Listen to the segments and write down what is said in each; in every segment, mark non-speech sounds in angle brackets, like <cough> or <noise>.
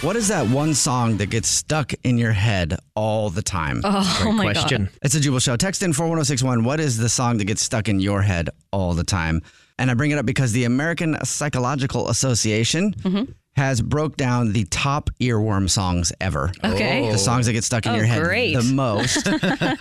What is that one song that gets stuck in your head all the time? Oh, my Question. It's a Jubal Show. Text in 41061. What is the song that gets stuck in your head all the time? And I bring it up because the American Psychological Association Mm-hmm. has broke down the top earworm songs ever. Okay. The songs that get stuck in Oh, your head great. <laughs> the most.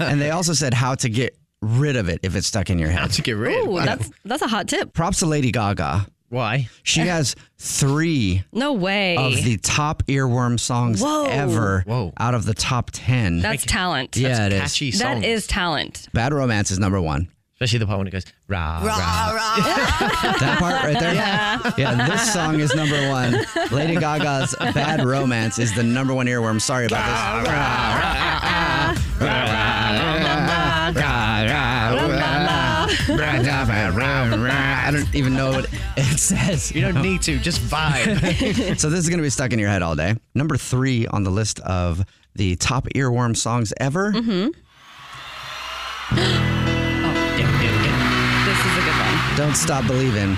and they also said how to get rid of it if it's stuck in your head. Not to get rid. God. Ooh, that's that's a hot tip. Props to Lady Gaga. Why? <laughs> She has three No way. of the top earworm songs Whoa. ever Whoa. out of the top 10. that's talent. yeah, it is. Catchy song. That is talent. Bad Romance is number one. Especially the part when it goes rah rah. Ah, <laughs> That part right there. Yeah. this song is number one. Lady Gaga's Bad Romance is the number one earworm. Sorry about this. <laughs> I don't even know what it says. You don't need to. Just <laughs> <laughs> vibe. So this is going to be stuck in your head all day. Number three on the list of the top earworm songs ever. Mm-hmm. <gasps> Oh. This is a good one. Don't Stop Believing.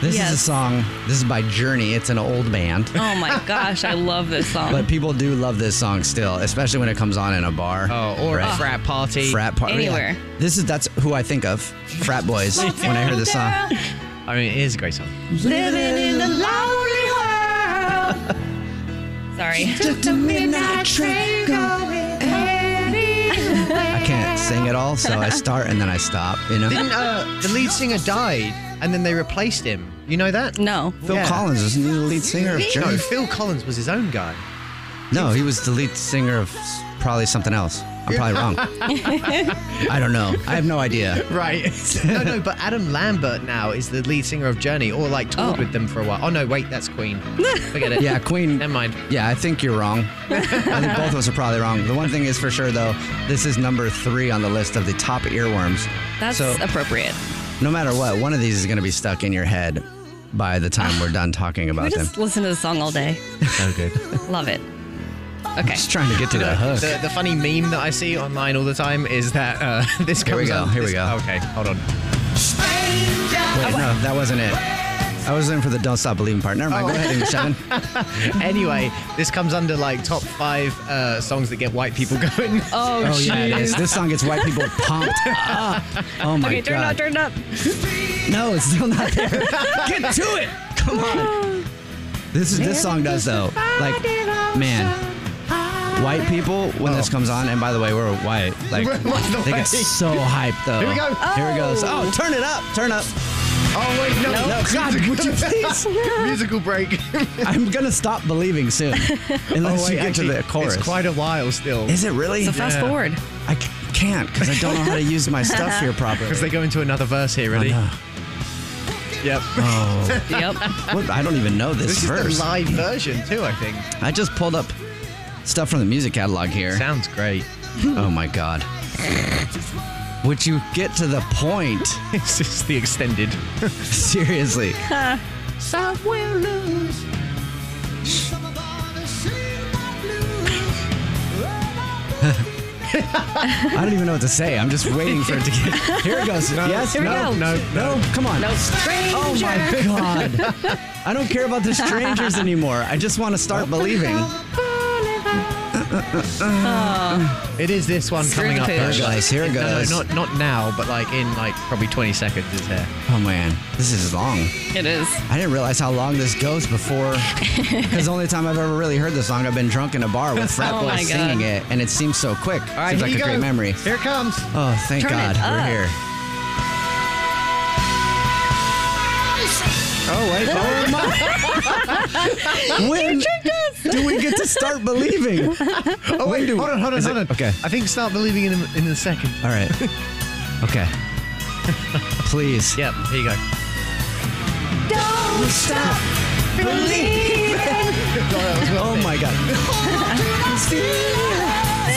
This is Yes. a song. This is by Journey. It's an old band. Oh my gosh, I love this song. But people do love this song still, especially when it comes on in a bar. oh, or a Right. frat party. frat party. Anywhere. This is that's who I think of. Frat boys when I hear this song. I mean, it is a great song. Living in the lonely world. Sorry. <laughs> I can't sing at all, so I start and then I stop, you know. Didn't uh, the lead singer died and then they replaced him? You know that? No. Phil Yeah. Collins was the lead singer of No, Journey. Phil Collins was his own guy. No, he was the lead singer of s- probably something else. I'm probably wrong. <laughs> I don't know. I have no idea. Right. no, no, but Adam Lambert now is the lead singer of Journey, or like toured Oh. with them for a while. Oh no, wait, that's Queen. <laughs> Forget it. Yeah, Queen. Never mind. Yeah, I think you're wrong. I think both of us are probably wrong. The one thing is for sure, though, this is number three on the list of the top earworms. That's so, appropriate. no matter what, one of these is going to be stuck in your head by the time we're done talking We about <laughs> them. just listen to the song all day. So good. Love it. Okay. Just trying to get to the hook. The, the funny meme that I see online all the time is that uh, <laughs> this Here comes we go, on- here we this- go. Okay, hold on. Wait, no, that wasn't it. I was in for the "Don't Stop Believing" part. Never mind. Go ahead, English Evan. Oh. <laughs> Anyway, this comes under like top five uh, songs that get white people <laughs> going. Oh, Oh yeah, it is. jeez. This song gets white people pumped <laughs> up. Oh my Okay, god. turn it up, turn it up. No, it's still not <laughs> there. Get to it. Come on. This is this song does though. Like, man, white people when this comes on, and by the way, Oh. we're white. Like, By the they get <laughs> way. so hyped though. Here we go. Oh, Here it goes. Oh, turn it up. Turn up. Oh wait, no, No, <laughs> God, would you please? Musical break. <laughs> I'm gonna stop believing <laughs> soon, unless Oh, you wait, get actually, to the chorus. It's quite a while still. Is it really? So fast forward. I c- can't because I don't know how to use my <laughs> stuff here properly. Because they go into another verse here, ready? no. Yep. <laughs> Yep. Oh. What? I don't even know this, This is verse. the live version too, I think. I just pulled up stuff from the music catalog here. Sounds great. oh <laughs> my god. Would you get to the <laughs> point? It's just the extended. <laughs> Seriously. <laughs> I don't even know what to say. I'm just waiting for it to get. Here it goes. yes. Here we no, go. No. No. Come on. Nope. Stranger. Oh my god. I don't care about the strangers anymore. I just want to start believing. It is this one coming up. Screwed though, fish. like- Here it No, no, goes. not not now, but like in like probably 20 seconds is there. Oh man, this is long. It is. I didn't realize how long this goes before. Because the only time I've ever really heard the song, I've been drunk in a bar with frat Oh boys my God. singing it, and it seems so quick. All All right, seems like here you a go. great memory. Here it comes. Oh, thank Turn God it we're up. here. Oh wait, oh my! <laughs> when do we get to <laughs> start believing? Oh wait, hold on, hold on, Is hold it- on. okay. I think start believing in in a second. All right. Okay. Please. Yep. Here you go. Don't stop believing. oh my God. Thi-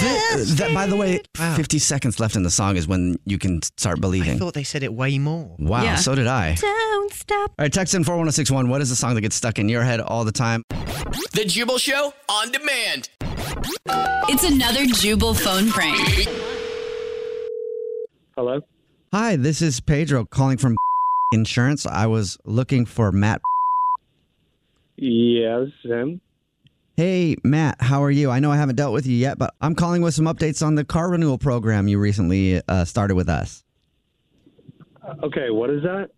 uh, that, by the way, 50 seconds left in the song is when you can start I believing. thought they said it way more. wow, Yeah. so did I. All Don't stop. right, text in 41061. What is the song that gets stuck in your head all the time? The Jubal Show on demand. It's another Jubal phone prank. Hello. Hi, this is Pedro calling from insurance. I was looking for Matt. Yeah, this is him. Hey, Matt, how are you? I know I haven't dealt with you yet, but I'm calling with some updates on the car renewal program you recently uh, started with us. Okay, what is that?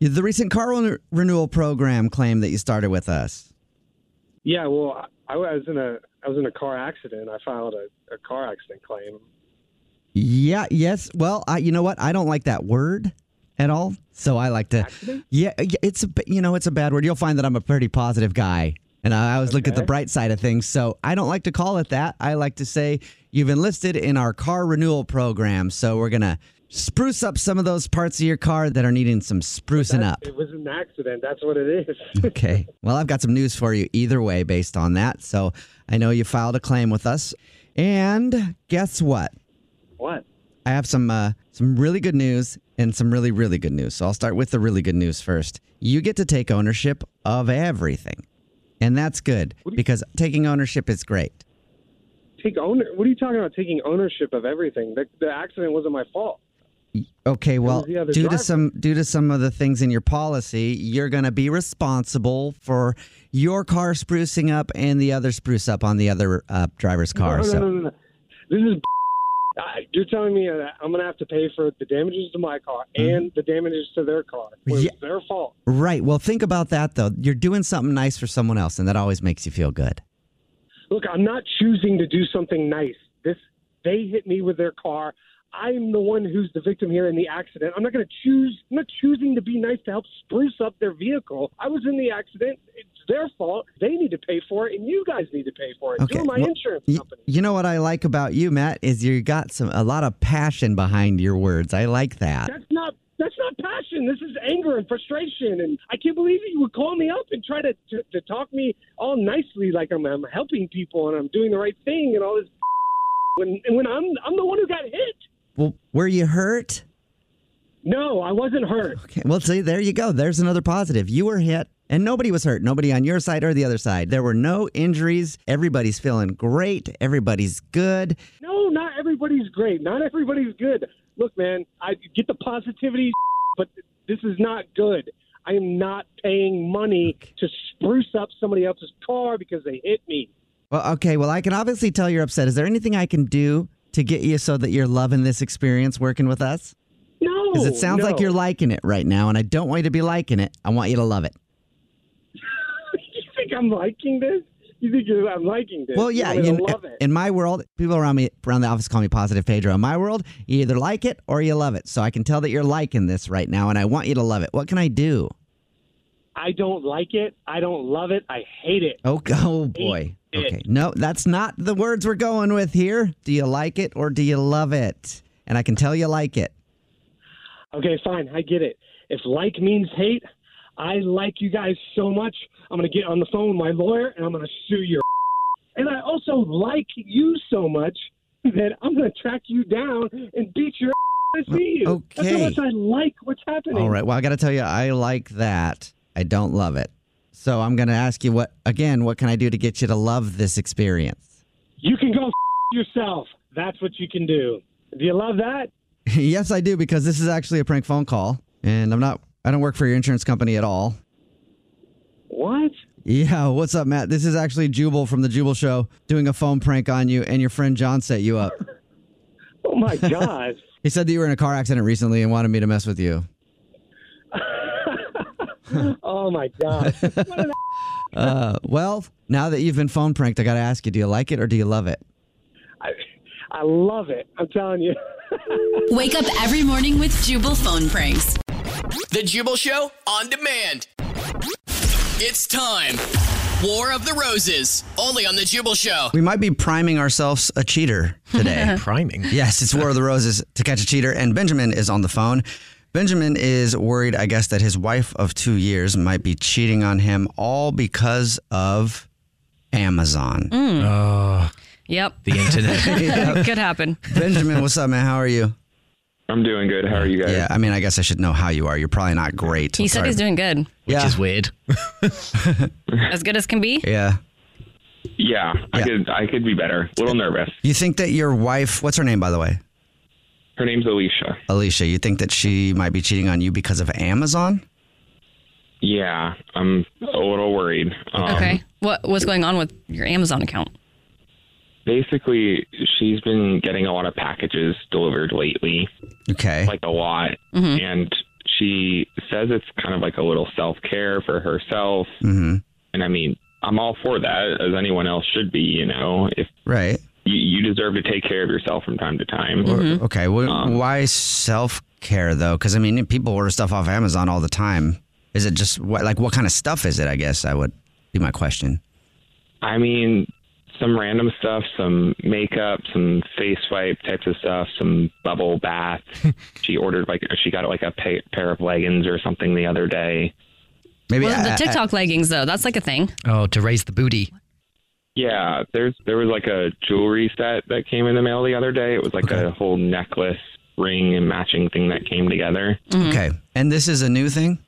The recent car ren- renewal program claim that you started with us. Yeah, well, I I was in a I was in a car accident. I filed a, a car accident claim. Yeah, yes. Well, I, you know what? I don't like that word at all. So I like to. Yeah, uh, yeah, it's a bit- you know it's a bad word. You'll find that I'm a pretty positive guy, and I always look at the Okay. bright side of things. So I don't like to call it that. I like to say you've enlisted in our car renewal program. So we're gonna spruce up some of those parts of your car that are needing some sprucing up. It was an accident. That's what it is. <laughs> Okay. Well, I've got some news for you either way based on that. So I know you filed a claim with us. And guess what? what? I have some uh, some really good news and some really really good news. So I'll start with the really good news first. You get to take ownership of everything. And that's good because taking ownership is great. Take owner? What are you talking about? Taking ownership of everything? The, the accident wasn't my fault. Okay, well, was the other due to driver. some due to some of the things in your policy, you're going to be responsible for your car sprucing up and the other spruce up on the other uh, driver's car. no, so no, no, no, no. This is. <laughs> I, you're telling me that I'm gonna have to pay for the damages to my car and the damages to their car. It was Mm-hmm. Yeah. their fault. Right. Well, think about that though. You're doing something nice for someone else, and that always makes you feel good. Look, I'm not choosing to do something nice. This they hit me with their car. I'm the one who's the victim here in the accident. I'm not going to choose. I'm not choosing to be nice to help spruce up their vehicle. I was in the accident. It's their fault. They need to pay for it, and you guys need to pay for it. Okay, You're my well, insurance Y- company. you know what I like about you, Matt, is you got some a lot of passion behind your words. I like that. That's not. That's not passion. This is anger and frustration, and I can't believe you would call me up and try to to, to talk me all nicely, like I'm, I'm helping people and I'm doing the right thing and all this. When and when I'm I'm the one who got hit. Well, were you hurt? No, I wasn't hurt. Okay. Well, see, there you go. There's another positive. You were hit, and nobody was hurt. Nobody on your side or the other side. There were no injuries. Everybody's feeling great. Everybody's good. No, not everybody's great. Not everybody's good. Look, man, I get the positivity, but this is not good. I am not paying money to spruce up somebody else's car because they hit me. Well, okay. Well, I can obviously tell you're upset. Is there anything I can do to get you so that you're loving this experience working with us? No, Because it sounds no. <laughs> like you're liking it right now, and I don't want you to be liking it. I want you to love it. you think I'm liking this? You think you're, I'm liking this? Well, yeah, you you know, I kn- love it. in my world, people around me around the office call me positive Pedro. In my world, you either like it or you love it. So I can tell that you're liking this right now, and I want you to love it. What can I do? I don't like it. I don't love it. I hate it. Oh, <laughs> go- oh boy. it. Okay, no, that's not the words we're going with here. Do you like it or do you love it? And I can tell you like it. Okay, fine. I get it. If like means hate, I like you guys so much. I'm going to get on the phone with my lawyer and I'm going to sue your. <laughs> And I also like you so much that I'm going to track you down and beat your. <laughs> when I see you. That's how Okay. much I like what's happening. All right. Well, I got to tell you, I like that. I don't love it. So I'm going to ask you what again? What can I do to get you to love this experience? You can go <laughs> yourself. That's what you can do. Do you love that? <laughs> yes, I do because this is actually a prank phone call, and I'm not. I don't work for your insurance company at all. What? Yeah. What's up, Matt? This is actually Jubal from the Jubal Show doing a phone prank on you, and your friend John set you up. Oh my <laughs> God. <laughs> He said that you were in a car accident recently and wanted me to mess with you. oh my <laughs> God. What an Uh, well, now that you've been phone pranked, I got to ask you: Do you like it or do you love it? I, I love it. I'm telling you. Wake up every morning with Jubal phone pranks. The Jubal Show on demand. It's time. War of the Roses. Only on The Jubal Show. We might be priming ourselves a cheater <laughs> today. Priming. Yes, it's War of the Roses to catch a cheater, and Benjamin is on the phone. Benjamin is worried, I guess, that his wife of two years might be cheating on him all because of Amazon. Mm. Uh. Yep. The <laughs> internet. Could happen. Benjamin, what's up, man? How are you? I'm doing good. How are you guys? Yeah, I mean, I guess I should know how you are. You're probably not great. He said he's doing good. which is weird. As good as can be. Yeah. Yeah, I could I could be better. A little nervous. You think that your wife, what's her name, by the way? Her name's Alicia. Alicia, you think that she might be cheating on you because of Amazon? Yeah, I'm a little worried. Um, Okay. What what's going on with your Amazon account? Basically, she's been getting a lot of packages delivered lately. Okay. Like a lot, Mhm. and she says it's kind of like a little self care for herself. Mm-hmm. And I mean, I'm all for that, as anyone else should be. You know, if Right. you, you deserve to take care of yourself from time to time. Mm-hmm. Okay. Well, Um, why self care though? Because I mean, people order stuff off Amazon all the time. Is it just what, like what kind of stuff is it? I guess I would be my question. I mean, some random stuff, some makeup, some face wipe types of stuff, some bubble bath. she ordered like she got like a pa- pair of leggings or something the other day. Maybe well, the TikTok leggings though, that's like a thing. Oh, to raise the booty. Yeah, there's there was like a jewelry set that came in the mail the other day. It was like a whole necklace, ring, and matching thing that came together. Okay. And this is a new thing.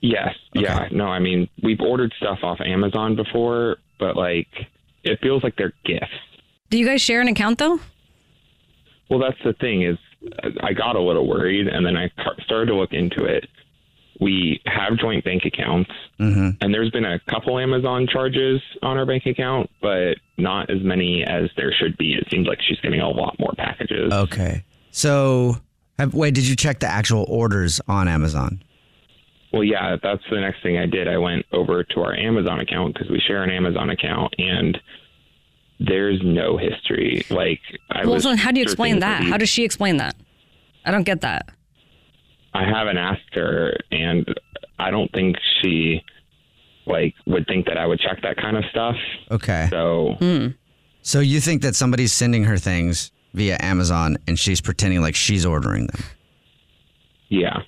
Yes. Yeah. No, I mean we've ordered stuff off Amazon before, but like it feels like they're gifts. Do you guys share an account though? Well, that's the thing is, I got a little worried, and then I car- started to look into it. We have joint bank accounts, Mm-hmm. and there's been a couple Amazon charges on our bank account, but not as many as there should be. It seems like she's getting a lot more packages. Okay. So, have, wait, did you check the actual orders on Amazon? Well, yeah, that's the next thing I did. I went over to our Amazon account because we share an Amazon account, and there's no history. Like, I well, was so how do you explain searching for that? these- How does she explain that? I don't get that. I haven't asked her, and I don't think she like would think that I would check that kind of stuff. Okay. So So you think that somebody's sending her things via Amazon and she's pretending like she's ordering them? yeah,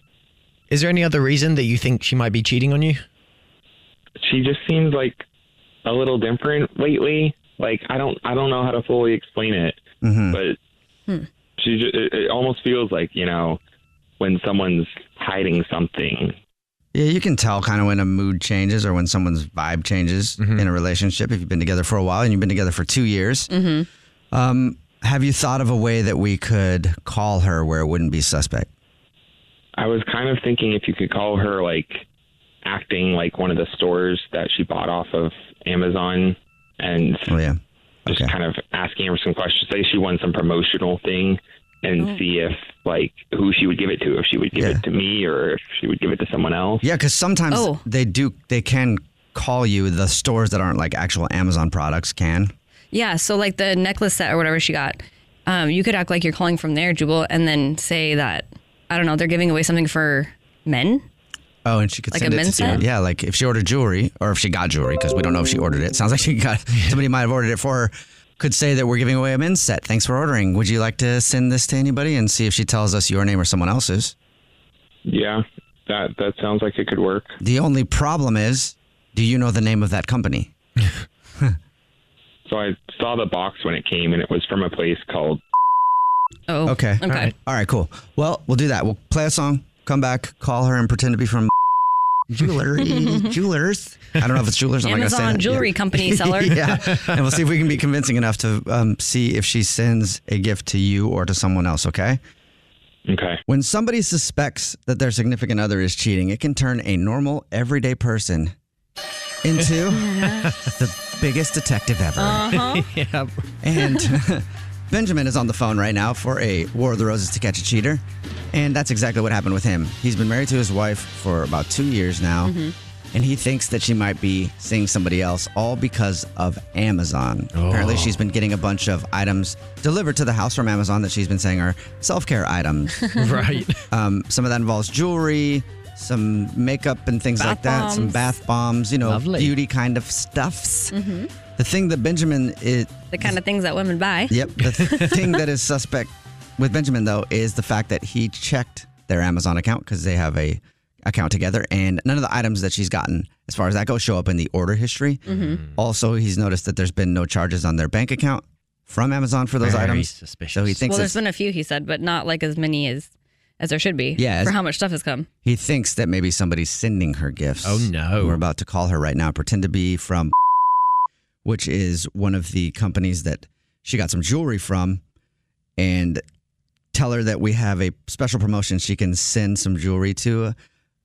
Is there any other reason that you think she might be cheating on you? she just seems like a little different lately. Like I don't I don't know how to fully explain it, Mhm. but she just, it, it almost feels like you know when someone's hiding something. Yeah, you can tell kind of when a mood changes or when someone's vibe changes Mm-hmm. in a relationship if you've been together for a while and you've been together for two years. Mm-hmm. Um, have you thought of a way that we could call her where it wouldn't be suspect? I was kind of thinking if you could call her like acting like one of the stores that she bought off of Amazon and Oh, yeah. just kind of asking her some questions. Say she won some promotional thing and see if like who she would give it to, if she would give it to me or if she would give it to someone else. Yeah, because sometimes Oh. they do, they can call you, the stores that aren't like actual Amazon products can. Yeah, so like the necklace set or whatever she got, um, you could act like you're calling from there, Jubal, and then say that I don't know they're giving away something for men. Oh, and she could Like send a it men's to you. set? Yeah, like if she ordered jewelry or if she got jewelry, because we don't know if she ordered it. Sounds like she <laughs> got somebody might have ordered it for her. Could say that we're giving away a men's set. Thanks for ordering. Would you like to send this to anybody and see if she tells us your name or someone else's? Yeah, that that sounds like it could work. The only problem is, do you know the name of that company? So I saw the box when it came, and it was from a place called. Oh. Okay. okay. All right. All right, cool. Well, we'll do that. We'll play a song, come back, call her and pretend to be <laughs> from <laughs> jewelry, jewelers. I don't know if it's jewelers. I'm not gonna say Amazon that. jewelry <laughs> company seller. yeah. And we'll see if we can be convincing enough to um, see if she sends a gift to you or to someone else, okay? Okay. When somebody suspects that their significant other is cheating, it can turn a normal, everyday person <laughs> into the biggest detective ever. Uh-huh. Yep. And <laughs> Benjamin is on the phone right now for a War of the Roses to catch a cheater. And that's exactly what happened with him. He's been married to his wife for about two years now. Mhm. And he thinks that she might be seeing somebody else, all because of Amazon. Oh. Apparently, she's been getting a bunch of items delivered to the house from Amazon that she's been saying are self care items. <laughs> Right. Um, some of that involves jewelry, some makeup and things Bath like that, some bombs. bath bombs, you know, Lovely. beauty kind of stuffs. hmm The thing that Benjamin it The kind of things that women <laughs> buy. Yep. The th- thing that is suspect with Benjamin though is the fact that he checked their Amazon account because they have a account together, and none of the items that she's gotten, as far as that goes, show up in the order history. Mm-hmm. Mm-hmm. Mhm. Also, he's noticed that there's been no charges on their bank account from Amazon for those Very items. suspicious. So he thinks Well, it's- there's been a few he said, but not like as many as as there should be. Yeah, For as- how much stuff has come. He thinks that maybe somebody's sending her gifts. Oh no. We're about to call her right now. Pretend to be from which is one of the companies that she got some jewelry from and tell her that we have a special promotion she can send some jewelry to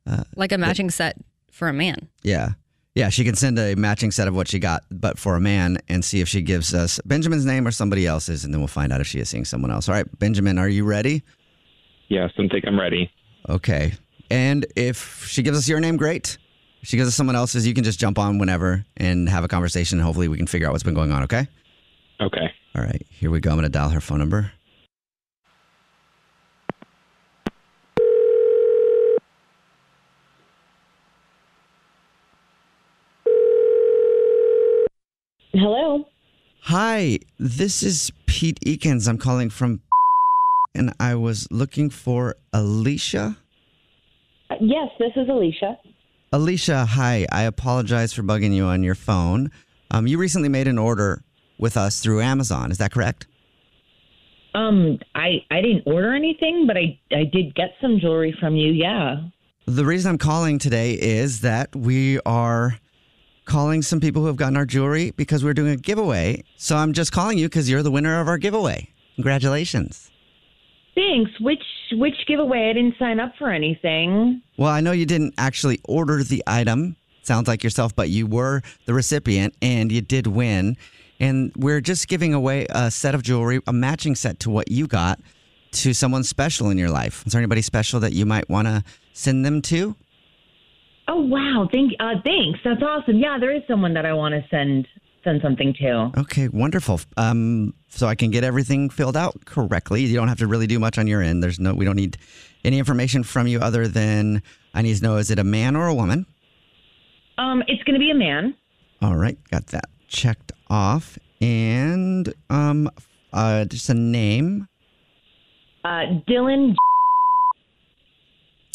uh, Like a matching set for a man. yeah. Yeah, she can send a matching set of what she got, but for a man, and see if she gives us Benjamin's name or somebody else's, and then we'll find out if she is seeing someone else. All right, Benjamin, are you ready? Yes, I'm think I'm ready. Okay. And if she gives us your name, great. If she gives us someone else's, you can just jump on whenever and have a conversation. Hopefully, we can figure out what's been going on, okay? Okay. All right, here we go. I'm going to dial her phone number. Hello. Hi, this is Pete Eakins. I'm calling from and I was looking for Alicia. Uh, Yes, this is Alicia. Alicia, hi. I apologize for bugging you on your phone. Um, you recently made an order with us through Amazon. Is that correct? Um, I I didn't order anything, but I I did get some jewelry from you. Yeah. The reason I'm calling today is that we are calling some people who have gotten our jewelry because we're doing a giveaway. So I'm just calling you because you're the winner of our giveaway. Congratulations. Thanks. Which which giveaway? I didn't sign up for anything. Well, I know you didn't actually order the item, sounds like yourself, but you were the recipient and you did win. And we're just giving away a set of jewelry, a matching set to what you got to someone special in your life. Is there anybody special that you might want to send them to? Oh wow! Thank uh, thanks. That's awesome. Yeah, there is someone that I want to send send something to. Okay, wonderful. Um, so I can get everything filled out correctly. You don't have to really do much on your end. There's no, we don't need any information from you other than I need to know is it a man or a woman? Um, it's going to be a man. All right, got that checked off. And um, uh, just a name. Uh, Dylan.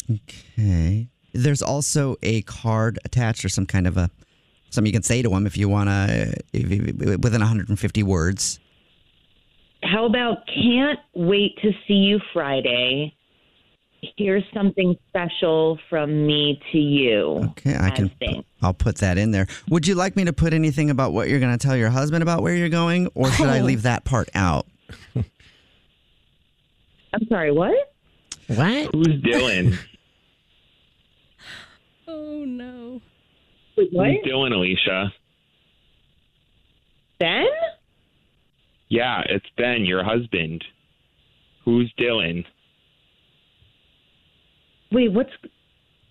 Okay. There's also a card attached or some kind of a something you can say to him if you want to if, if, within 150 words. How about can't wait to see you Friday? Here's something special from me to you. Okay, I can. I'll put that in there. Would you like me to put anything about what you're going to tell your husband about where you're going, or should I Oh. leave that part out? I'm sorry. What? What? Who's Dylan? Oh no. Wait, what? Mm. Who's Dylan, Alicia? Ben? Yeah, it's Ben, your husband. Who's Dylan? Wait, what's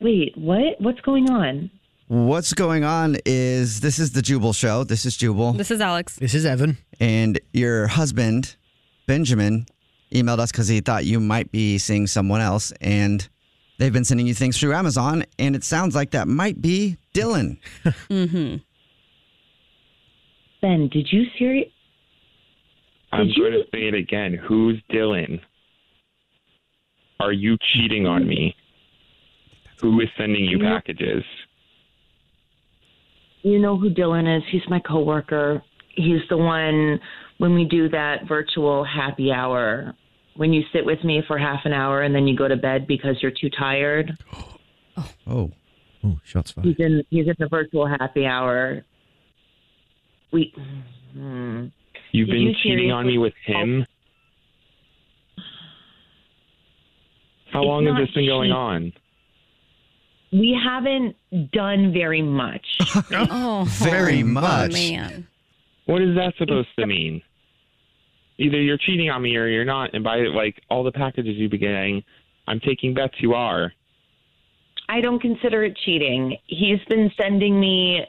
wait, what? What's going on? What's going on is this is the Jubal Show. This is Jubal. This is Alex. This is Evan. And your husband, Benjamin, emailed us because he thought you might be seeing someone else. And they've been sending you things through Amazon. And it sounds like that might be Dylan. <laughs> Mm-hmm. Ben, did you serious? I'm going to say it again. Who's Dylan? Are you cheating on me? Who is sending you packages? You know who Dylan is? He's my coworker. He's the one when we do that virtual happy hour when you sit with me for half an hour and then you go to bed because you're too tired. Oh. Oh, shots fired. He's in he's in the virtual happy hour. We hmm. You've Did been you cheating on me seriously- with him? How It's long has not this been going cheating. on? We haven't done very much. oh, Very much. man. What is that supposed to mean? Either you're cheating on me or you're not, and by like all the packages you've been getting, I'm taking bets you are. I don't consider it cheating. He's been sending me.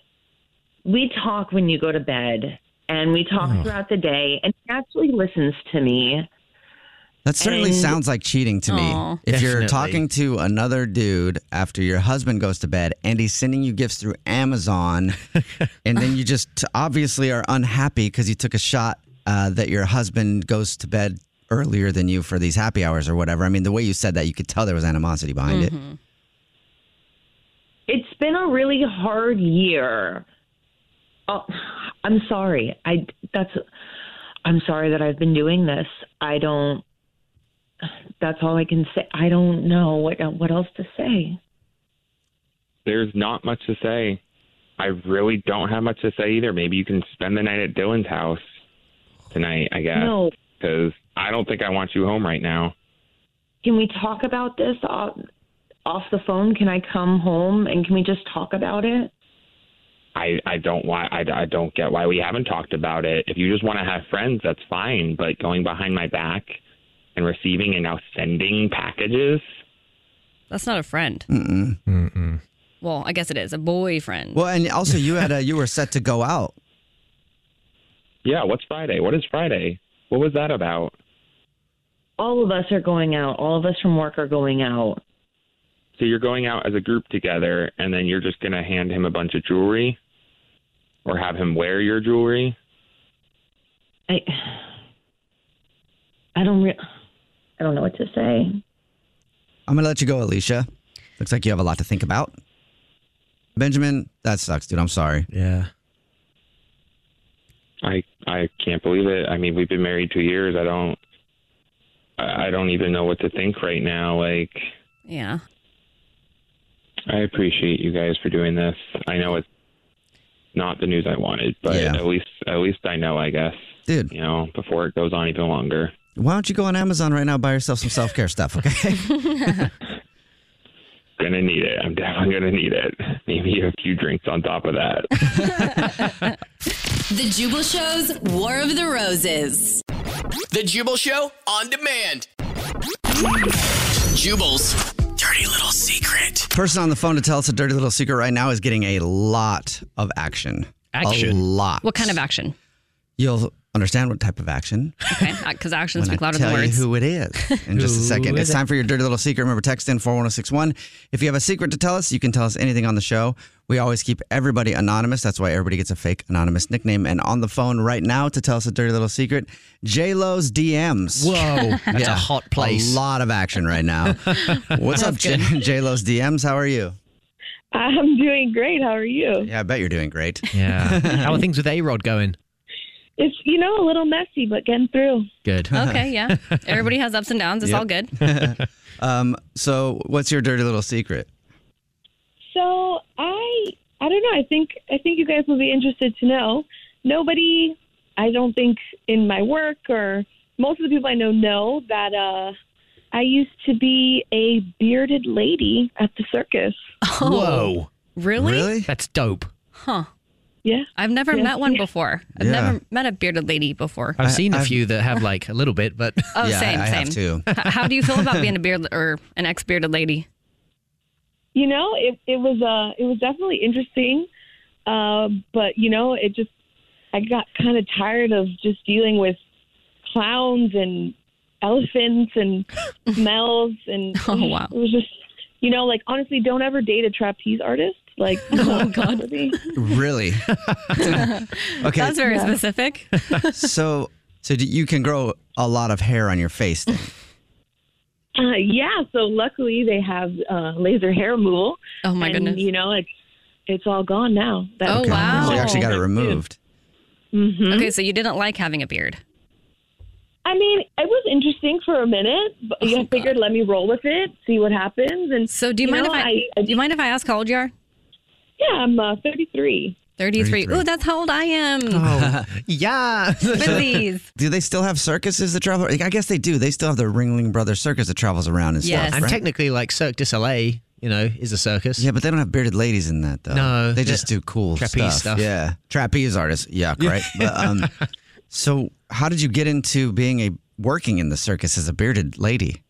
We talk when you go to bed, and we talk Oh. throughout the day, and he actually listens to me. That certainly And- sounds like cheating to Aw. me. If Definitely. you're talking to another dude after your husband goes to bed and he's sending you gifts through Amazon, and then you just obviously are unhappy because you took a shot uh, that your husband goes to bed earlier than you for these happy hours or whatever. I mean, the way you said that, you could tell there was animosity behind it. It's been a really hard year. Oh, I'm sorry. I that's. I'm sorry that I've been doing this. I don't. That's all I can say. I don't know what what else to say. There's not much to say. I really don't have much to say either. Maybe you can spend the night at Dylan's house tonight, I guess. No. Because I don't think I want you home right now. Can we talk about this off, off the phone? Can I come home and can we just talk about it? I, I don't why I, I don't get why we haven't talked about it. If you just want to have friends, that's fine. But going behind my back and receiving and now sending packages, That's not a friend. Mm-mm. Mm-mm. Well, I guess it is a boyfriend. Mm-hmm. Well, and also you had a, you were set to go out. yeah. What's Friday? What is Friday? What was that about? All of us are going out. All of us from work are going out. So you're going out as a group together, and then you're just gonna hand him a bunch of jewelry, or have him wear your jewelry. I I don't re- I don't know what to say. I'm going to let you go, Alicia. Looks like you have a lot to think about. Benjamin, that sucks, dude. I'm sorry. Yeah. I I can't believe it. I mean, we've been married two years. I don't I I don't even know what to think right now. Like. Yeah. I appreciate you guys for doing this. I know it's not the news I wanted, but at least at least I know, I guess. Dude. You know, before it goes on even longer. Why don't you go on Amazon right now, buy yourself some self care stuff, okay? Gonna need it. I'm definitely gonna need it. <laughs> Maybe a few drinks on top of that. The Jubal Show's War of the Roses. The Jubal Show on demand. Jubal's dirty little secret. Person on the phone to tell us a dirty little secret right now is getting a lot of action. Action. A lot. What kind of action? You'll understand what type of action Okay, because actions when speak I louder tell than words. you who it is in just a Who second. is It's it? time for your dirty little secret. Remember, text in 41061. If you have a secret to tell us, you can tell us anything on the show. We always keep everybody anonymous. That's why everybody gets a fake anonymous nickname. And on the phone right now to tell us a dirty little secret, J Lo's DMs. <laughs> Whoa, that's a Yeah. hot place. A lot of action right now. <laughs> What's up, J <laughs> Lo's DMs? How are you? I'm doing great. How are you? Yeah, I bet you're doing great. <laughs> Yeah. How are things with A Rod going? It's you know a little messy, but getting through. Good. Okay, yeah. <laughs> Everybody has ups and downs. It's all good. good. <laughs> um, so, what's your dirty little secret? So I I don't know. I think I think you guys will be interested to know. Nobody, I don't think in my work or most of the people I know know that uh, I used to be a bearded lady at the circus. Whoa. Really? Really? That's dope. Huh. Yeah. I've never Yeah. met one before. I've Yeah. never met a bearded lady before. Uh, I've seen a a um, few that have like a little bit, but <laughs> <laughs> Oh, same, same. H- How do you feel about being a beard or an ex bearded lady? you know, it it was uh it was definitely interesting, uh, but you know, it just I got kind of tired of just dealing with clowns and elephants <laughs> and smells and Oh, wow. it was just you know like honestly don't ever date a trapeze artist <laughs> like oh god Really? okay. That's very specific. so, so do, you can grow a lot of hair on your face. <laughs> Then. Uh, yeah, so luckily they have uh, laser hair removal. Oh my and, goodness. You know, it's it's all gone now. That Mm-hmm. Oh, wow. So you actually got it <laughs> removed. Okay, so you didn't like having a beard. I mean, it was interesting for a minute, but I figured let me roll with it, see what happens. And Oh, so, do you, mind if I, do you mind if I ask how old you are? Yeah, I'm uh, 33. 33. 33. Ooh, that's how old I am. Oh. <laughs> Oh. <laughs> yeah. Please. do they still have circuses that travel? I guess they do. They still have the Ringling Brothers circus that travels around and Yes. stuff. And technically, like Cirque du Soleil, you know, is a circus. Yeah, but they don't have bearded ladies in that though. No, they yeah. just do cool Trapeze stuff. Yeah, trapeze artists. Yuck, <laughs> Yeah. right? but, um, so, how did you get into being a working in the circus as a bearded lady?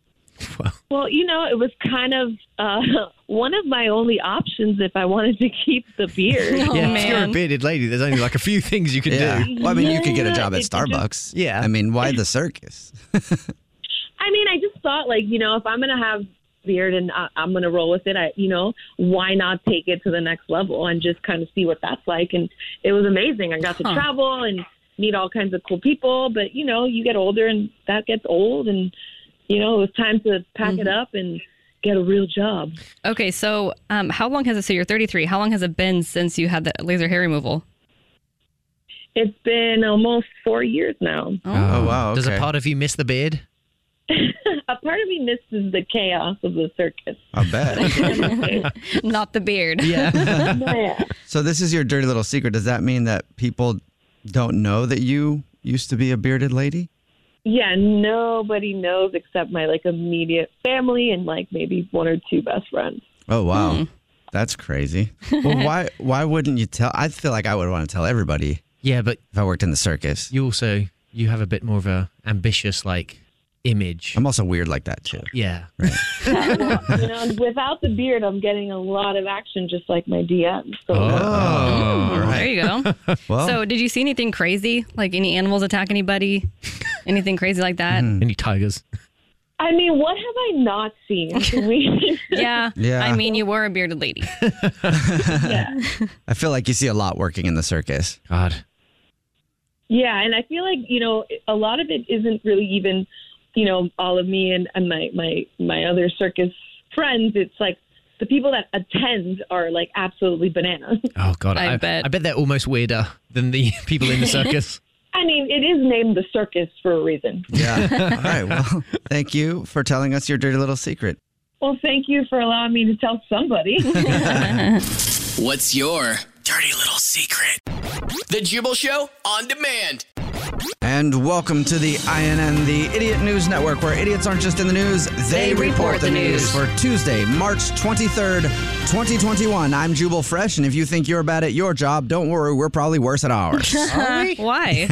Well, you know, it was kind of uh, <laughs> one of my only options if I wanted to keep the <laughs> beard. Oh, if you're a bearded lady, there's only like a few things you can Yeah. do. Well, I mean, you could get a job Yeah, at it Starbucks. Yeah. I mean, why <laughs> the circus? I mean, I just thought like, you know, if I'm gonna have beard and I, I'm gonna roll with it, I, you know, why not take it to the next level and just kind of see what that's like? And it was amazing. I got to Huh. travel and meet all kinds of cool people, but you know, you get older and that gets old, and you know, it was time to pack Mm-hmm. it up and get a real job. Okay, so um, how long has it? So you're 33. How long has it been since you had the laser hair removal? It's been almost four years now. Oh, wow. Does a okay. part of you miss the beard? <laughs> a part of me misses the chaos of the circus. <laughs> I <laughs> <laughs> bet. Not the beard. yeah. so this is your dirty little secret. Does that mean that people don't know that you used to be a bearded lady? Yeah, nobody knows except my like immediate family and like maybe one or two best <laughs> friends. Oh wow. That's crazy. Well, <laughs> why why wouldn't you tell? I feel like I would want to tell everybody. Yeah, but if I worked in the circus, you also you have a bit more of a ambitious like image. I'm also weird like that too. Yeah. Yeah, well, you know, and without the beard, I'm getting a lot of action, just like my DMs. So Oh, Mm, There you go. <laughs> Well, so did you see anything crazy? Like any animals attack <laughs> anybody? anything crazy like hmm. that? any tigers? I mean, what have I not <laughs> seen? We- yeah. <laughs> Yeah. I mean, you were a bearded lady. I feel like you see a lot working in the circus. God. <laughs> yeah, and I feel like you know a lot of it isn't really even, you know, all of me and, and my my my other circus friends. It's like the people that attend are like absolutely bananas. Oh god, I I, bet. I bet they're almost weirder than the <laughs> people in the <laughs> <laughs> circus. I mean, it is named the circus for a reason. <laughs> Yeah. All right. <laughs> Well, thank you for telling us your dirty little secret. Well, thank you for allowing me to tell <laughs> somebody. What's your dirty little secret? The Jubal Show on demand. And welcome to the INN, the Idiot News Network, where idiots aren't just in the news, they, report the news. For Tuesday, March 23rd, 2021, I'm Jubal Fresh, and if you think you're bad at your job, don't worry, we're probably worse at <laughs> <laughs> ours. Why?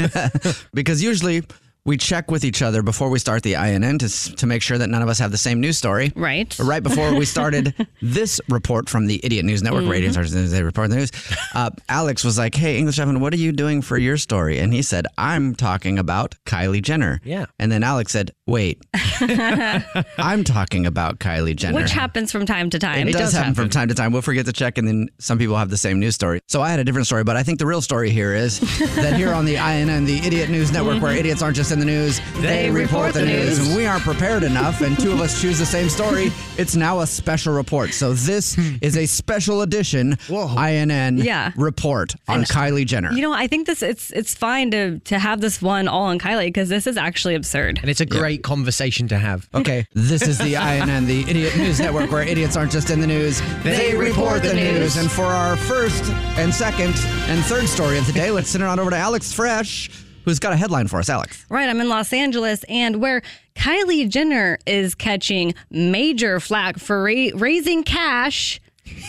because usually we check with each other before we start the INN to, s- to make sure that none of us have the same news story. Right. Right before we <laughs> started this report from the Idiot News Network, Mhm. Radio Stars News, they report the news. Uh, Alex was like, Hey, English Evan, what are you doing for your story? And he said, I'm talking about Kylie Jenner. Yeah. And then Alex said, <laughs> Wait, I'm talking about Kylie Jenner. Which happens from time to time. It, does, happen, from time to time. We'll forget to check, and then some people have the same news story. So I had a different story, but I think the real story here <laughs> is that here on the INN, the Idiot News Network, where idiots aren't just in the news, They report the news. and we aren't prepared enough, and two of us choose the same story. It's now a special report. So this is a special edition INN Yeah. report on And- Kylie Jenner. You know, I think this it's it's fine to to have this one all on Kylie because this is actually absurd. And it's a great conversation to have. Okay, this is the INN, the Idiot News Network, where idiots aren't just in the news, they, report the news. And for our first and second and third story of the day, let's send it on over to Alex Fresh, who's got a headline for us. Alex. Right, I'm in Los Angeles, and where Kylie Jenner is catching major flack for ra- raising cash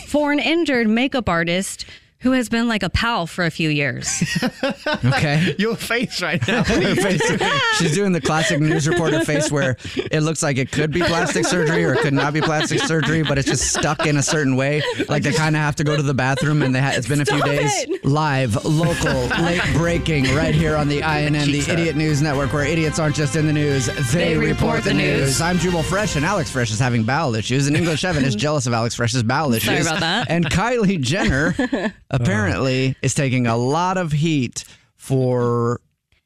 for an injured makeup artist who has been like a pal for a few years. <laughs> Okay. Your face right <laughs> now. She's doing the classic news reporter face where it looks like it could be plastic surgery or it could not be plastic surgery, but it's just stuck in a certain way. Like they kind of have to go to the bathroom and they ha- it's been a few Stop days. Live, local, late breaking, right here on the INN, the Idiot News Network, where idiots aren't just in the news, they, report, the news. I'm Jubal Fresh, and Alex Fresh is having bowel issues, and English Evan is jealous of Alex Fresh's bowel issues. Sorry about that. And Kylie Jenner <laughs> apparently is taking a lot of heat for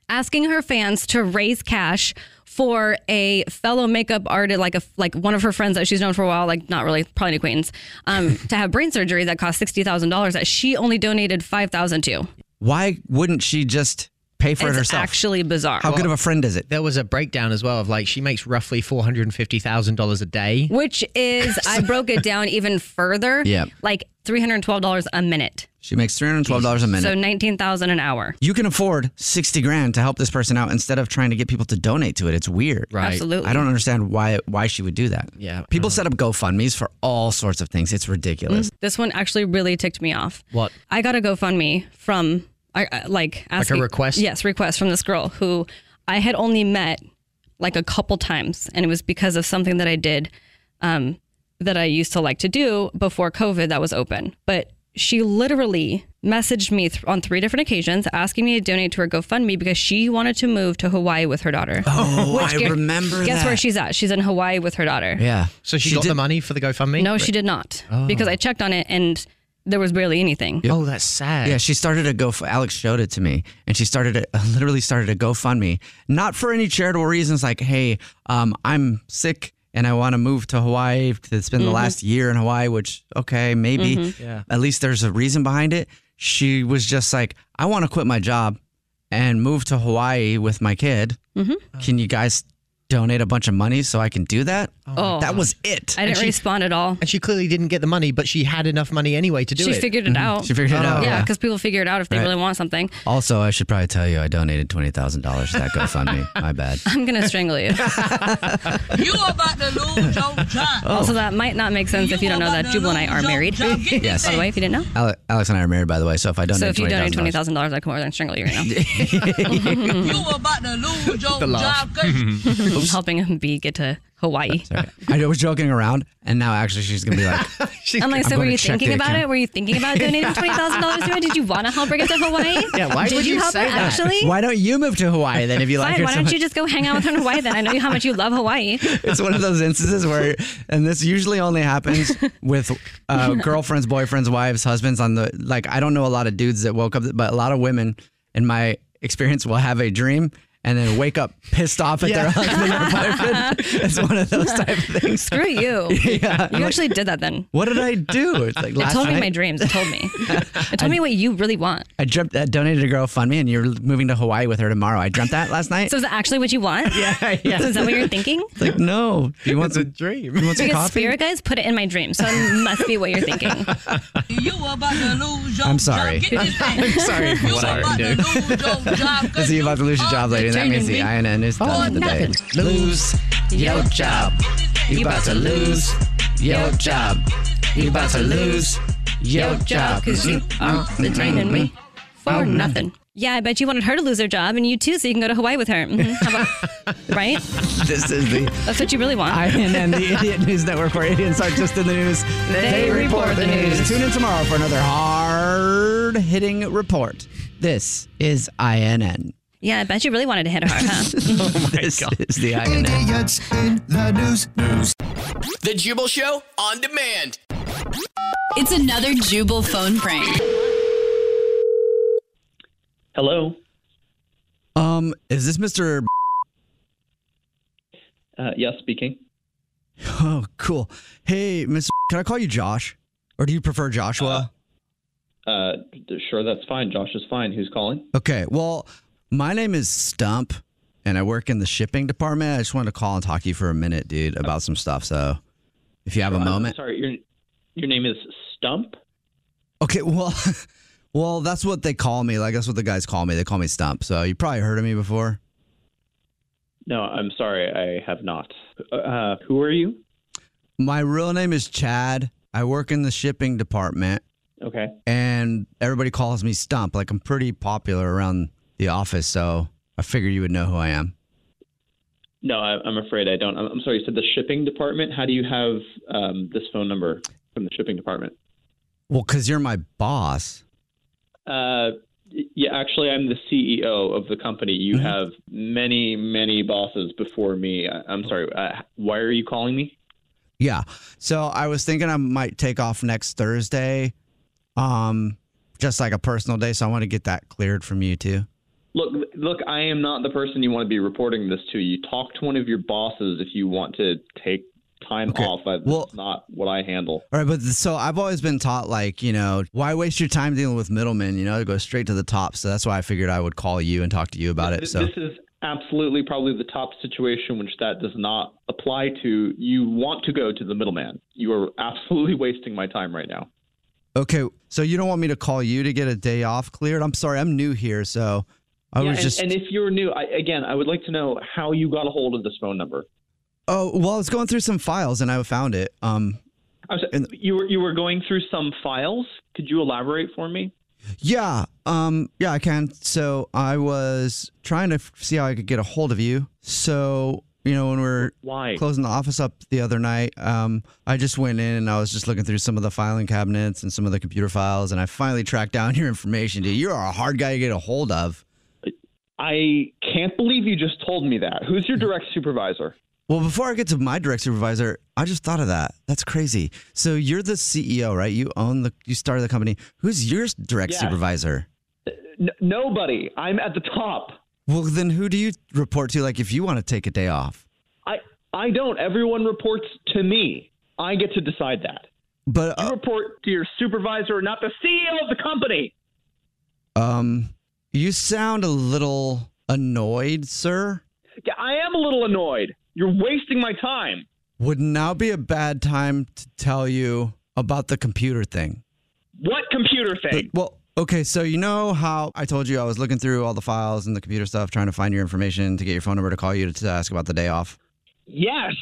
asking her fans to raise cash for a fellow makeup artist, like a like one of her friends that she's known for a while, like not really, probably an acquaintance, <laughs> um, to have brain surgery that cost sixty thousand dollars that she only donated five thousand to. why wouldn't she just pay for It's it herself? actually bizarre. How good of a friend is it? There was a breakdown as well of like she makes roughly four hundred and fifty thousand dollars a day. Which is, I <laughs> broke it down even further. Yeah. like three hundred twelve dollars a minute. she makes three hundred twelve dollars a minute. So nineteen thousand an hour. you can afford sixty grand to help this person out instead of trying to get people to donate to it. It's weird. Right. Absolutely. I don't understand why why she would do that. Yeah. Mm. People set up GoFundMe's for all sorts of things. It's ridiculous. This one actually really ticked me off. Mm. What? I got a GoFundMe from I I- like Like a asking, request? Yes, request from this girl who I had only met like a couple times, and it was because of something that I did um, that I used to like to do before COVID that was open. But she literally messaged me th- on three different occasions asking me to donate to her GoFundMe because she wanted to move to Hawaii with her daughter. Oh, I gu- remember Guess where that. she's at? She's in Hawaii with her daughter. Yeah. Oh. So she, She got the did- money for the GoFundMe? No, she did not. Because I checked on it and there was barely anything. Oh, that's sad. Yeah, she started a Go. Alex showed it to me, and she started a, <laughs> literally started a GoFundMe, not for any charitable reasons. Like, hey, um, I'm sick and I want to move to Hawaii to spend Mm-hmm. the Mhm. last year in Hawaii. Which, okay, maybe Mhm. Yeah. at least there's a reason behind it. She was just like, I want to quit my job and move to Hawaii with my kid. Mm-hmm. Can you guys donate a bunch of money so I can do that? Oh. that was it. I didn't respond at all. And she clearly didn't get the money, but she had enough money anyway to do she it. figured it out. She figured it out, Yeah, yeah. because people figure it out if they Right. really want something. Also, I should probably tell you I donated twenty thousand dollars to <laughs> that GoFundMe. My bad. I'm gonna strangle <laughs> you. you about to lose your job. Oh. Also, that might not make sense if you don't know that Jubal and I are married. <laughs> Yes. By the way, if you didn't know. Ale- Alex and I are married, by the way. So if I donate, so if you donate twenty $20,000 thousand dollars, I come over there and strangle you right <laughs> now. You about to lose your <laughs> The laugh. job, <laughs> 'cause- I'm helping him be get to Hawaii. <laughs> <laughs> I was joking around, and now actually she's gonna be like, I'm like, so I'm were gonna you check the thinking about account. it? Were you thinking about donating twenty thousand dollars to it? Did you want to help her get to Hawaii? <laughs> "Yeah, why Did would you, help say her that? Actually, Why don't you move to Hawaii then if <laughs> you like Fine, her why so don't much? you just go hang out with her in Hawaii then? I know how much you love Hawaii. <laughs> it's one of those instances where, and this usually only happens <laughs> with uh, girlfriends, boyfriends, wives, husbands. On the like, I don't know a lot of dudes that woke up, but a lot of women, in my experience, will have a dream and then wake up pissed off at Yeah. <laughs> <laughs> their husband or boyfriend. It's one of those type of things. Screw you. <laughs> Yeah, You like- actually did that then. What did I do? It's like It last told me night, my dreams. It told <laughs> me. It told me what you really want. I dreamt that donated to GoFundMe, and you're moving to Hawaii with her tomorrow. I dreamt that last night. So is that actually what you want? Yeah, <laughs> yeah. So is that what you're <laughs> thinking? It's like, no. Do you want some, a dream? You want some Because coffee? spirit guys put it in my dream, so it must be what you're thinking. <laughs> you about to lose I'm sorry. <laughs> I'm sorry for what I didn't <laughs> do. Is he about to lose your job, lady? That means the INN is done Oh, for the day. Lose your job. You about to lose <laughs> your job. You about to lose your job. because <laughs> you are the training me for nothing. Yeah, I bet you wanted her to lose her job and you too, so you can go to Hawaii with her. Mhm. How <laughs> about, right? This is the That's what you really want. INN, the Idiot News Network, where idiots aren't just in the news. They report the news. Tune in tomorrow for another hard hitting report. This is INN. <laughs> Yeah, I bet you really wanted to hit her hard, <laughs> <laughs> huh? this is the INN. Idiots in the news. News. The Jubal Show on demand. It's another Jubal phone prank. Hello. Um, is this Mr. Uh, yes, speaking. <laughs> Oh, cool. Hey, Mr. <laughs> Can I call you Josh? Or do you prefer Joshua? Uh, sure, that's fine. Josh is fine. Who's calling? Okay. Well, my name is Stump, and I work in the shipping department. I just wanted to call and talk to you for a minute, dude, about some stuff. So, if you have a Uh, moment, sorry, your your name is Stump. okay. Well, <laughs> well, that's what they call me. Like that's what the guys call me. They call me Stump. So you probably heard of me before. No, I'm sorry, I have not. Uh, who are you? My real name is Chad. I work in the shipping department. Okay. and everybody calls me Stump. Like I'm pretty popular around the office, so I figure you would know who I am. No, I, I'm afraid I don't. I'm, I'm sorry. You said the shipping department. How do you have um, this phone number from the shipping department? Well, because you're my boss. Uh, y- yeah, actually, I'm the CEO of the company. You Mm-hmm. have many, many bosses before me. I, I'm sorry. Uh, why are you calling me? Yeah. So I was thinking I might take off next Thursday, um, just like a personal day. So I want to get that cleared from you too. Look, look, I am not the person you want to be reporting this to. You talk to one of your bosses if you want to take time off. I, that's not what I handle. All right, but so I've always been taught like you know why waste your time dealing with middlemen? You know, go straight to the top. So that's why I figured I would call you and talk to you about it. Th- So This is absolutely probably the top situation which that does not apply to. You want to go to the middleman. You are absolutely <laughs> wasting my time right now. okay, so you don't want me to call you to get a day off cleared? I'm sorry, I'm new here, so I Yeah, was and, just. and if you're new, I, again, I would like to know how you got a hold of this phone number. oh well, I was going through some files and I found it. Um, I'm sorry, you were you were going through some files. Could you elaborate for me? Yeah. Um, yeah, I can. So I was trying to f- see how I could get a hold of you. So, you know, when we are Why? closing the office up the other night, um, I just went in and I was just looking through some of the filing cabinets and some of the computer files, and I finally tracked down <laughs> your information, dude. You're a hard guy to get a hold of. I can't believe you just told me that. Who's Mm. your direct supervisor? Well, before I get to my direct supervisor, I just thought of that. That's crazy. So you're the CEO, right? You own the, you started the company. Who's your direct Yes. supervisor? N- nobody. I'm at the top. Well, then who do you report to? Like, if you want to take a day off. I I don't. Everyone reports to me. I get to decide that. But you report to your supervisor, not the CEO of the company. Um, you sound a little annoyed, sir. Yeah, I am a little annoyed. You're wasting my time. Would now be a bad time to tell you about the computer thing. What computer thing? Well, okay, so you know how I told you I was looking through all the files and the computer stuff, trying to find your information to get your phone number to call you to, to ask about the day off. Yes.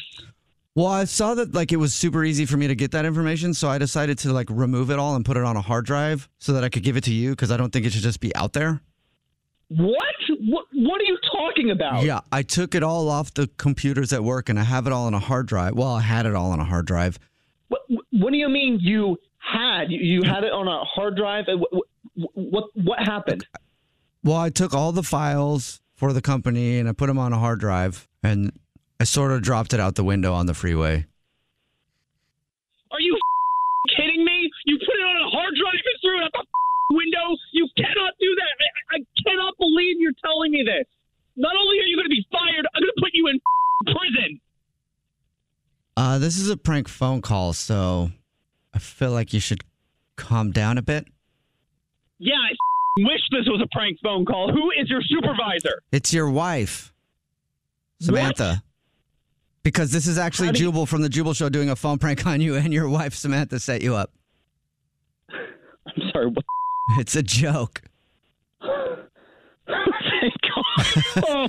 Well, I saw that like it was super easy for me to get that information, so I decided to like remove it all and put it on a hard drive so that I could give it to you because I don't think it should just be out there. What? What? What are you talking about? Yeah, I took it all off the computers at work and I have it all on a hard drive. Well, I had it all on a hard drive. What, what do you mean you had? You, you had it on a hard drive? What? What? What happened? Well, I took all the files for the company and I put them on a hard drive and I sort of dropped it out the window on the freeway. Are you <laughs> kidding me? You put it on a hard drive and threw it out the <laughs> window. You cannot do that. I, I cannot believe you're telling me this. Not only are you going to be fired, I'm going to put you in <laughs> prison. Uh, this is a prank phone call, so I feel like you should calm down a bit. Yeah, I <laughs> wish this was a prank phone call. Who is your supervisor? It's your wife, Samantha. Because this is actually How do you- Jubal from the Jubal Show doing a phone prank on you, and your wife, Samantha, set you up. I'm sorry. What? It's a joke. oh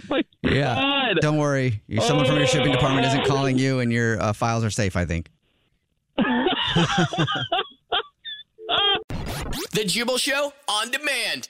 my Yeah. God. Oh. Don't worry. You- Someone from your shipping department isn't calling you, and your uh, files are safe, I think. The Jubal Show on demand.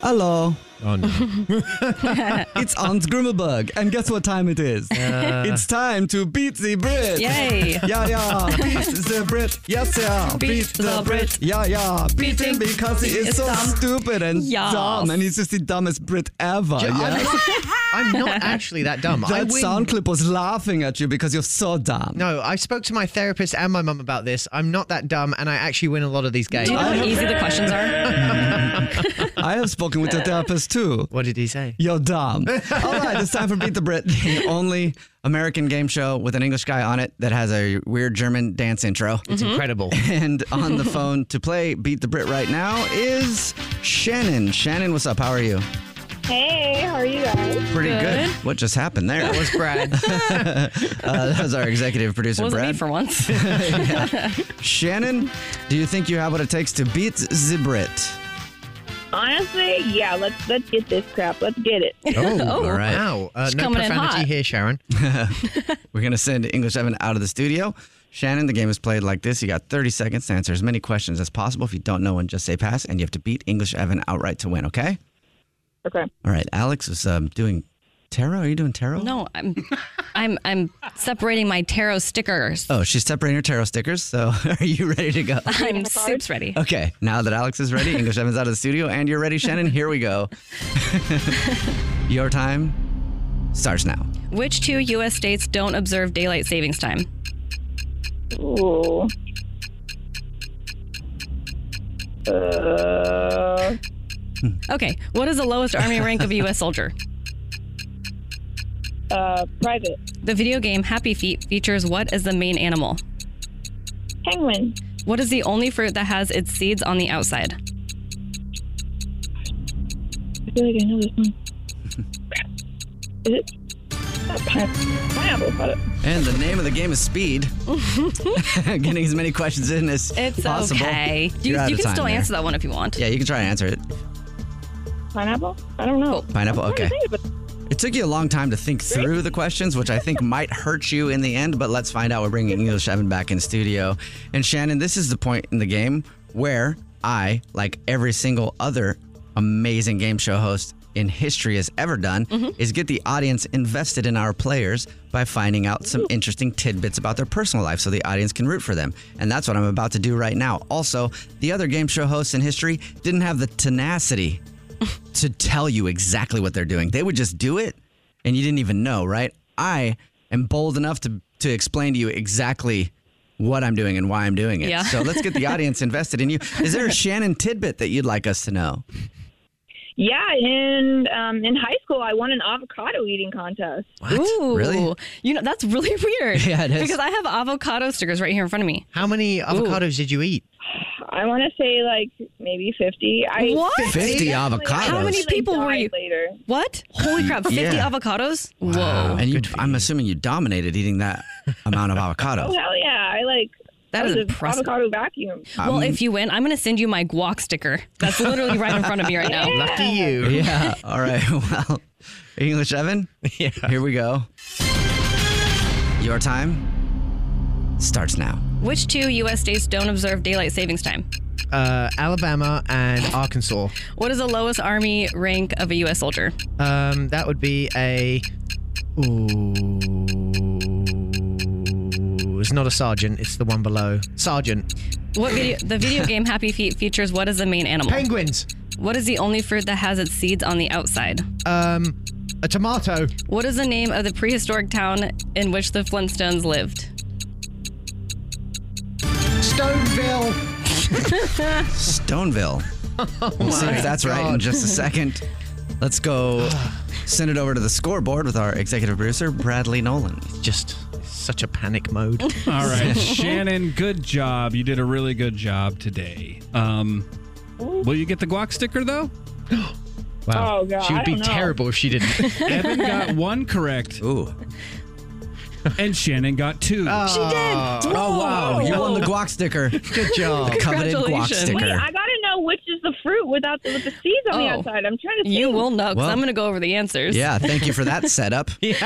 Hello. <laughs> it's Hans Grimmelberg, and guess what time it is? Uh. It's time to beat the Brit. Yay. Yeah, yeah. Beat the Brit. Yes, yeah. Beat the Brit. Yeah, yeah. Beat him because he is It's so dumb. stupid and Yes. dumb, and he's just the dumbest Brit ever. Yeah, I'm- yes? <laughs> I'm <laughs> not actually that dumb. I That win. sound clip was laughing at you because you're so dumb. No, I spoke to my therapist and my mum about this. I'm not that dumb, and I actually win a lot of these games. Do you know how I- easy the questions are? I have spoken with your therapist too. What did he say? You're <laughs> dumb. All right, it's time for Beat the Brit, the only American game show with an English guy on it that has a weird German dance intro. Mm-hmm. It's Mhm. incredible. And on the phone to play Beat the Brit right now is Shannon. Shannon, what's up? How are you? <laughs> Hey, how are you guys? Pretty good. What just happened there? That was Brad. <laughs> uh, that was our executive producer, Wasn't Brad. me for <laughs> once. Shannon, do you think you have what it takes to beat the Brit? Honestly, yeah. Let's let's get this crap. Let's get it. Oh, <laughs> <laughs> Oh, all Uh, right. <laughs> Wow. Uh, She's no coming in profanity hot. here, Sharon. We're going to send English Evan out of the studio. Shannon, the game is played like this. You got 30 seconds to answer as many questions as possible. If you don't know one, just say pass, and you have to beat English Evan outright to win, okay? Okay. All right, Alex was um, doing tarot. Are you doing tarot? No, I'm, I'm, I'm separating my tarot stickers. Oh, she's separating her tarot stickers. So <laughs> are you ready to <laughs> go? I'm soups ready. Okay, now that Alex is ready, English Evan's out of the studio, and you're ready, Shannon, here we go. <laughs> Your time starts now. Which two U.S. states don't observe daylight savings time? Ooh. Uh, Okay. What is the lowest army rank of a U.S. soldier? <laughs> uh, private. The video game Happy Feet features what as the main animal? Penguin. What is the only fruit that has its seeds on the outside? I feel like I know this one. Is it? Not pineapple. Pineapple. Got it. And the name of the game is Speed. <laughs> Getting as many questions in as It's possible. okay. You, You're out you of can time still there. answer that one if you want. Yeah, you can try and answer it. Pineapple? I don't know. Pineapple, I'm trying to okay. think of it. It took you a long time to think through the questions, which I think might hurt you in the end, but let's find out. We're bringing English Evan back in studio. And Shannon, this is the point in the game where I, like every single other amazing game show host in history has ever done, is get the audience invested in our players by finding out some interesting tidbits about their personal life so the audience can root for them. And that's what I'm about to do right now. Also, the other game show hosts in history didn't have the tenacity to tell you exactly what they're doing. They would just do it and you didn't even know, right? I am bold enough to to explain to you exactly what I'm doing and why I'm doing it. Yeah. So let's get the audience invested in you. Is there a Shannon tidbit that you'd like us to know? Yeah, in um, in high school, I won an avocado eating contest. Ooh, Really? You know that's really <laughs> weird. <laughs> Yeah, it is. Because I have avocado stickers right here in front of me. How many avocados did you eat? I want to say like maybe fifty. I What? 50 avocados? How many people were you? Later. What? Holy crap! Fifty Yeah. avocados? Whoa. Uh, And you, I'm assuming you dominated eating that amount of <laughs> Oh avocado. hell yeah! I like That I was is a impressive. Avocado vacuum. Well, if you win, I'm going to send you my guac sticker. That's literally right in front of me right now. <laughs> <laughs> Lucky you. Yeah. All right. <laughs> Well, English Evan? Yeah. Here we go. Your time starts now. Which two U.S. states don't observe daylight savings time? Uh, Alabama and Arkansas. What is the lowest army rank of a U.S. soldier? Um, that would be a. Ooh, it's not a sergeant. It's the one below. Sergeant. What video? The video <laughs> game Happy Feet features what is the main animal? Penguins. What is the only fruit that has its seeds on the outside? Um, a tomato. What is the name of the prehistoric town in which the Flintstones lived? <laughs> Stoneville. Stoneville. Oh We'll see my if Oh that's right in God. just a second. <sighs> Let's go send it over to the scoreboard with our executive producer, Bradley Nolan. Just such a panic mode. All right, Shannon, good job. You did a really good job today. Um, will you get the guac sticker <gasps> though? Wow. Oh, God, she I would be don't know. terrible if she <laughs> didn't. Evan got one correct. Ooh. And Shannon got two. She did. Oh, wow. You won the guac sticker. Good job. The coveted guac sticker. Wait, I gotta know which is the fruit without the, with the seeds on the outside. I'm trying to. Think. Oh. You will know because Well- I'm going to go over the <laughs> answers. yeah, thank you for <laughs> that setup. You're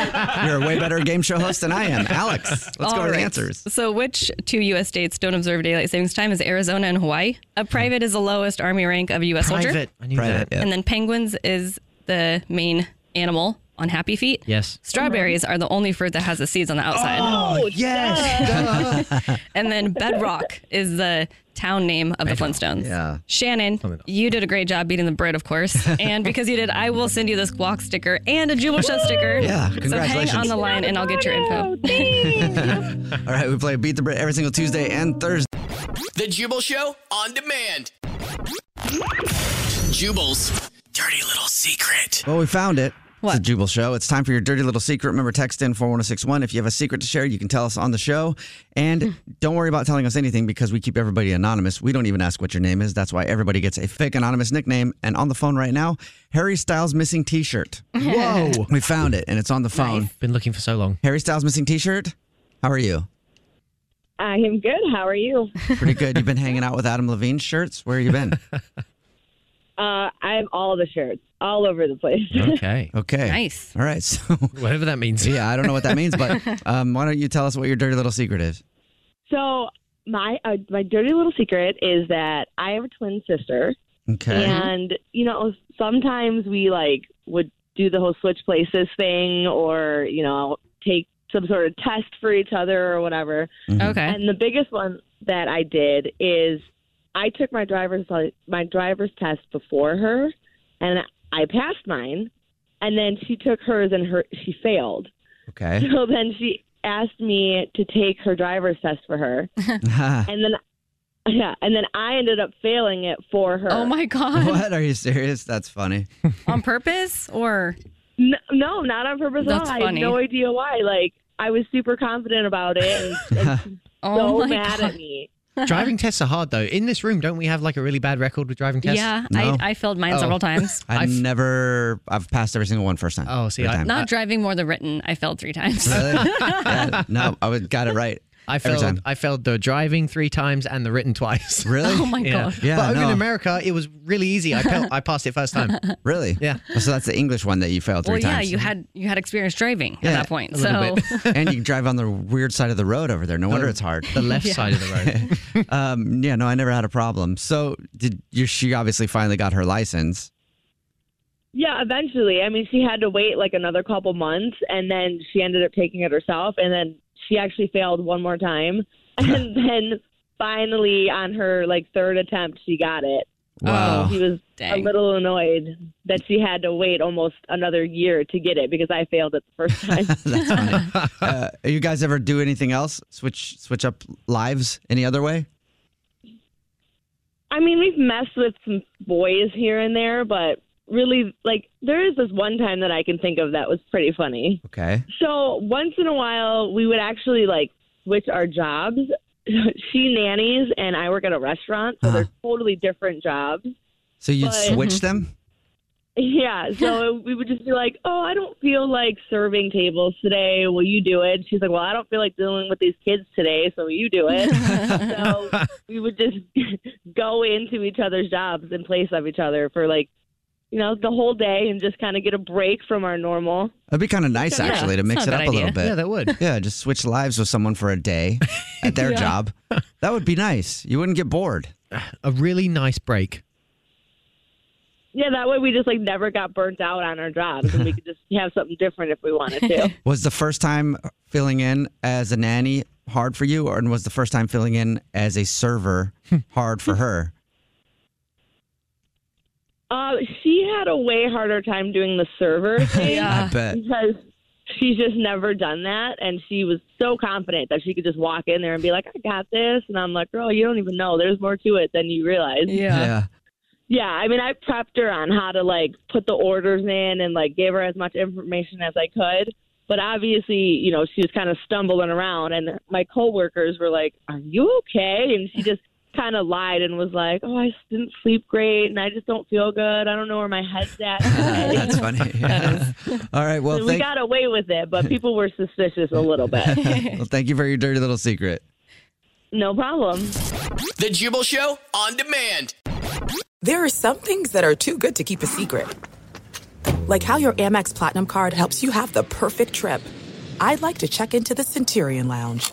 a way better game show host than I am. Alex, let's go All to the right. <laughs> answers. <laughs> So, which two U.S. states don't observe daylight savings time is Arizona and Hawaii? A private is the lowest army rank of a U.S. soldier. Hmm. Private. I knew Private, that. yeah. And then penguins is the main animal on Happy Feet. Yes. Strawberries are the only fruit that has the seeds on the outside. <laughs> Oh, yes. duh. And then Bedrock is the town name of the Flintstones. Yeah. Shannon, you did a great job beating the Brit, of <laughs> course. and because you did, I will send you this guac sticker and a Jubal Show sticker. Yeah, So hang congratulations. on the line and I'll get your info. All right, we play Beat the Brit every single Tuesday and Thursday. The Jubal Show on demand. Jubal's dirty little secret. Well, we found it. What? It's the Jubal Show. It's time for your dirty little secret. Remember, text in 41061. If you have a secret to share, you can tell us on the show. And don't worry about telling us anything because we keep everybody anonymous. We don't even ask what your name is. That's why everybody gets a fake anonymous nickname. And on the phone right now, Harry Styles missing t shirt. Whoa. we found it and it's on the phone. Been looking for so long. Harry Styles missing t shirt. How are you? I am good. How are you? Pretty good. You've been hanging out with Adam Levine shirts. Where you <laughs> been? Uh, I have all the shirts all over the place. Okay. <laughs> Okay. Nice. All right. <laughs> So, Whatever that <laughs> means. <laughs> yeah, I don't know what that means, but um, why don't you tell us what your dirty little secret is? <laughs> So my uh, my dirty little secret is that I have a twin sister, Okay. and you know sometimes we like would do the whole switch places thing, or you know take some sort of test for each other or whatever. Okay. And the biggest one that I did is I took my driver's li- my driver's test before her, and I passed mine, and then she took hers and her she failed. Okay. So then she asked me to take her driver's test for her, <laughs> <laughs> and then yeah, and then I ended up failing it for her. Oh my god! What? Are you serious? That's funny. <laughs> On purpose or? No, no not on purpose That's at all. funny. I had no idea why. Like I was super confident about it, and, <laughs> and so Oh my mad God. at me. driving tests are hard though. In this room, don't we have like a really bad record with driving tests? Oh. Yeah, I, I failed mine several <laughs> times. I've, never. I've passed every single one first time. Oh, see, Not driving more than written. I failed three times. <laughs> no, I would, got it right. I every failed. time. I failed the driving three times and the written twice. Really? Oh my yeah. God. Yeah, Yeah, but over in no. America, it was really easy. I, <laughs> failed, I passed it first time. <laughs> Really? Yeah. So that's the English one that you failed Oh, three well, yeah, times. you had you had experience driving at that point. So <laughs> and you can drive on the weird side of the road over there. No wonder The- it's hard. the left Yeah. side of the road. <laughs> um, yeah, no, I never had a problem. So did you, she obviously finally got her license. <laughs> Yeah, eventually. I mean, she had to wait like another couple months, and then she ended up taking it herself, and then she actually failed one more time, <laughs> and then finally on her like third attempt, she got it. Wow. She was Dang. a little annoyed that she had to wait almost another year to get it because I failed it the first time. <laughs> Uh, you guys ever do anything else? Switch switch up lives any other way? I mean, we've messed with some boys here and there, but really, like, there is this one time that I can think of that was pretty funny. Okay. So once in a while, we would actually like switch our jobs. <laughs> she nannies and I work at a restaurant, so they're totally different jobs. <laughs> So you'd But- switch them? Yeah, so we would just be like, "Oh, I don't feel like serving tables today. Will you do it?" She's like, "Well, I don't feel like dealing with these kids today, so will you do it?" so we would just <laughs> go into each other's jobs in place of each other for like, you know, the whole day and just kind of get a break from our normal. That'd be kind of nice Yeah, actually to it's mix it not a up bad a little idea. bit. Yeah, that would. Yeah, just switch lives with someone for a day at <laughs> their Yeah. job. That would be nice. You wouldn't get bored. A really nice break. Yeah, that way we just like never got burnt out on our jobs, and we could just have something different if we wanted <laughs> to. Was the first time filling in as a nanny hard for you, or and was the first time filling in as a <laughs> server hard for her? Uh, she had a way harder time doing the <laughs> server thing. Yeah. I bet. Because she's just never done that, and she was so confident that she could just walk in there and be like, "I got this," and I'm like, "Girl, you don't even know. There's more to it than you realize." Yeah. Yeah, I mean, I prepped her on how to like put the orders in and like gave her as much information as I could. But obviously, you know, she was kind of stumbling around, and my coworkers were like, "Are you okay?" And she just kind of lied and was like, "Oh, I just didn't sleep great, and I just don't feel good. I don't know where my head's <laughs> at." <laughs> That's funny. <laughs> All right. Well, So we thank, got away with it, but people were suspicious a little <laughs> bit. well, thank you for your dirty little secret. no problem. The Jubal Show on demand. There are some things that are too good to keep a secret. Like how your Amex Platinum card helps you have the perfect trip. I'd like to check into the Centurion Lounge.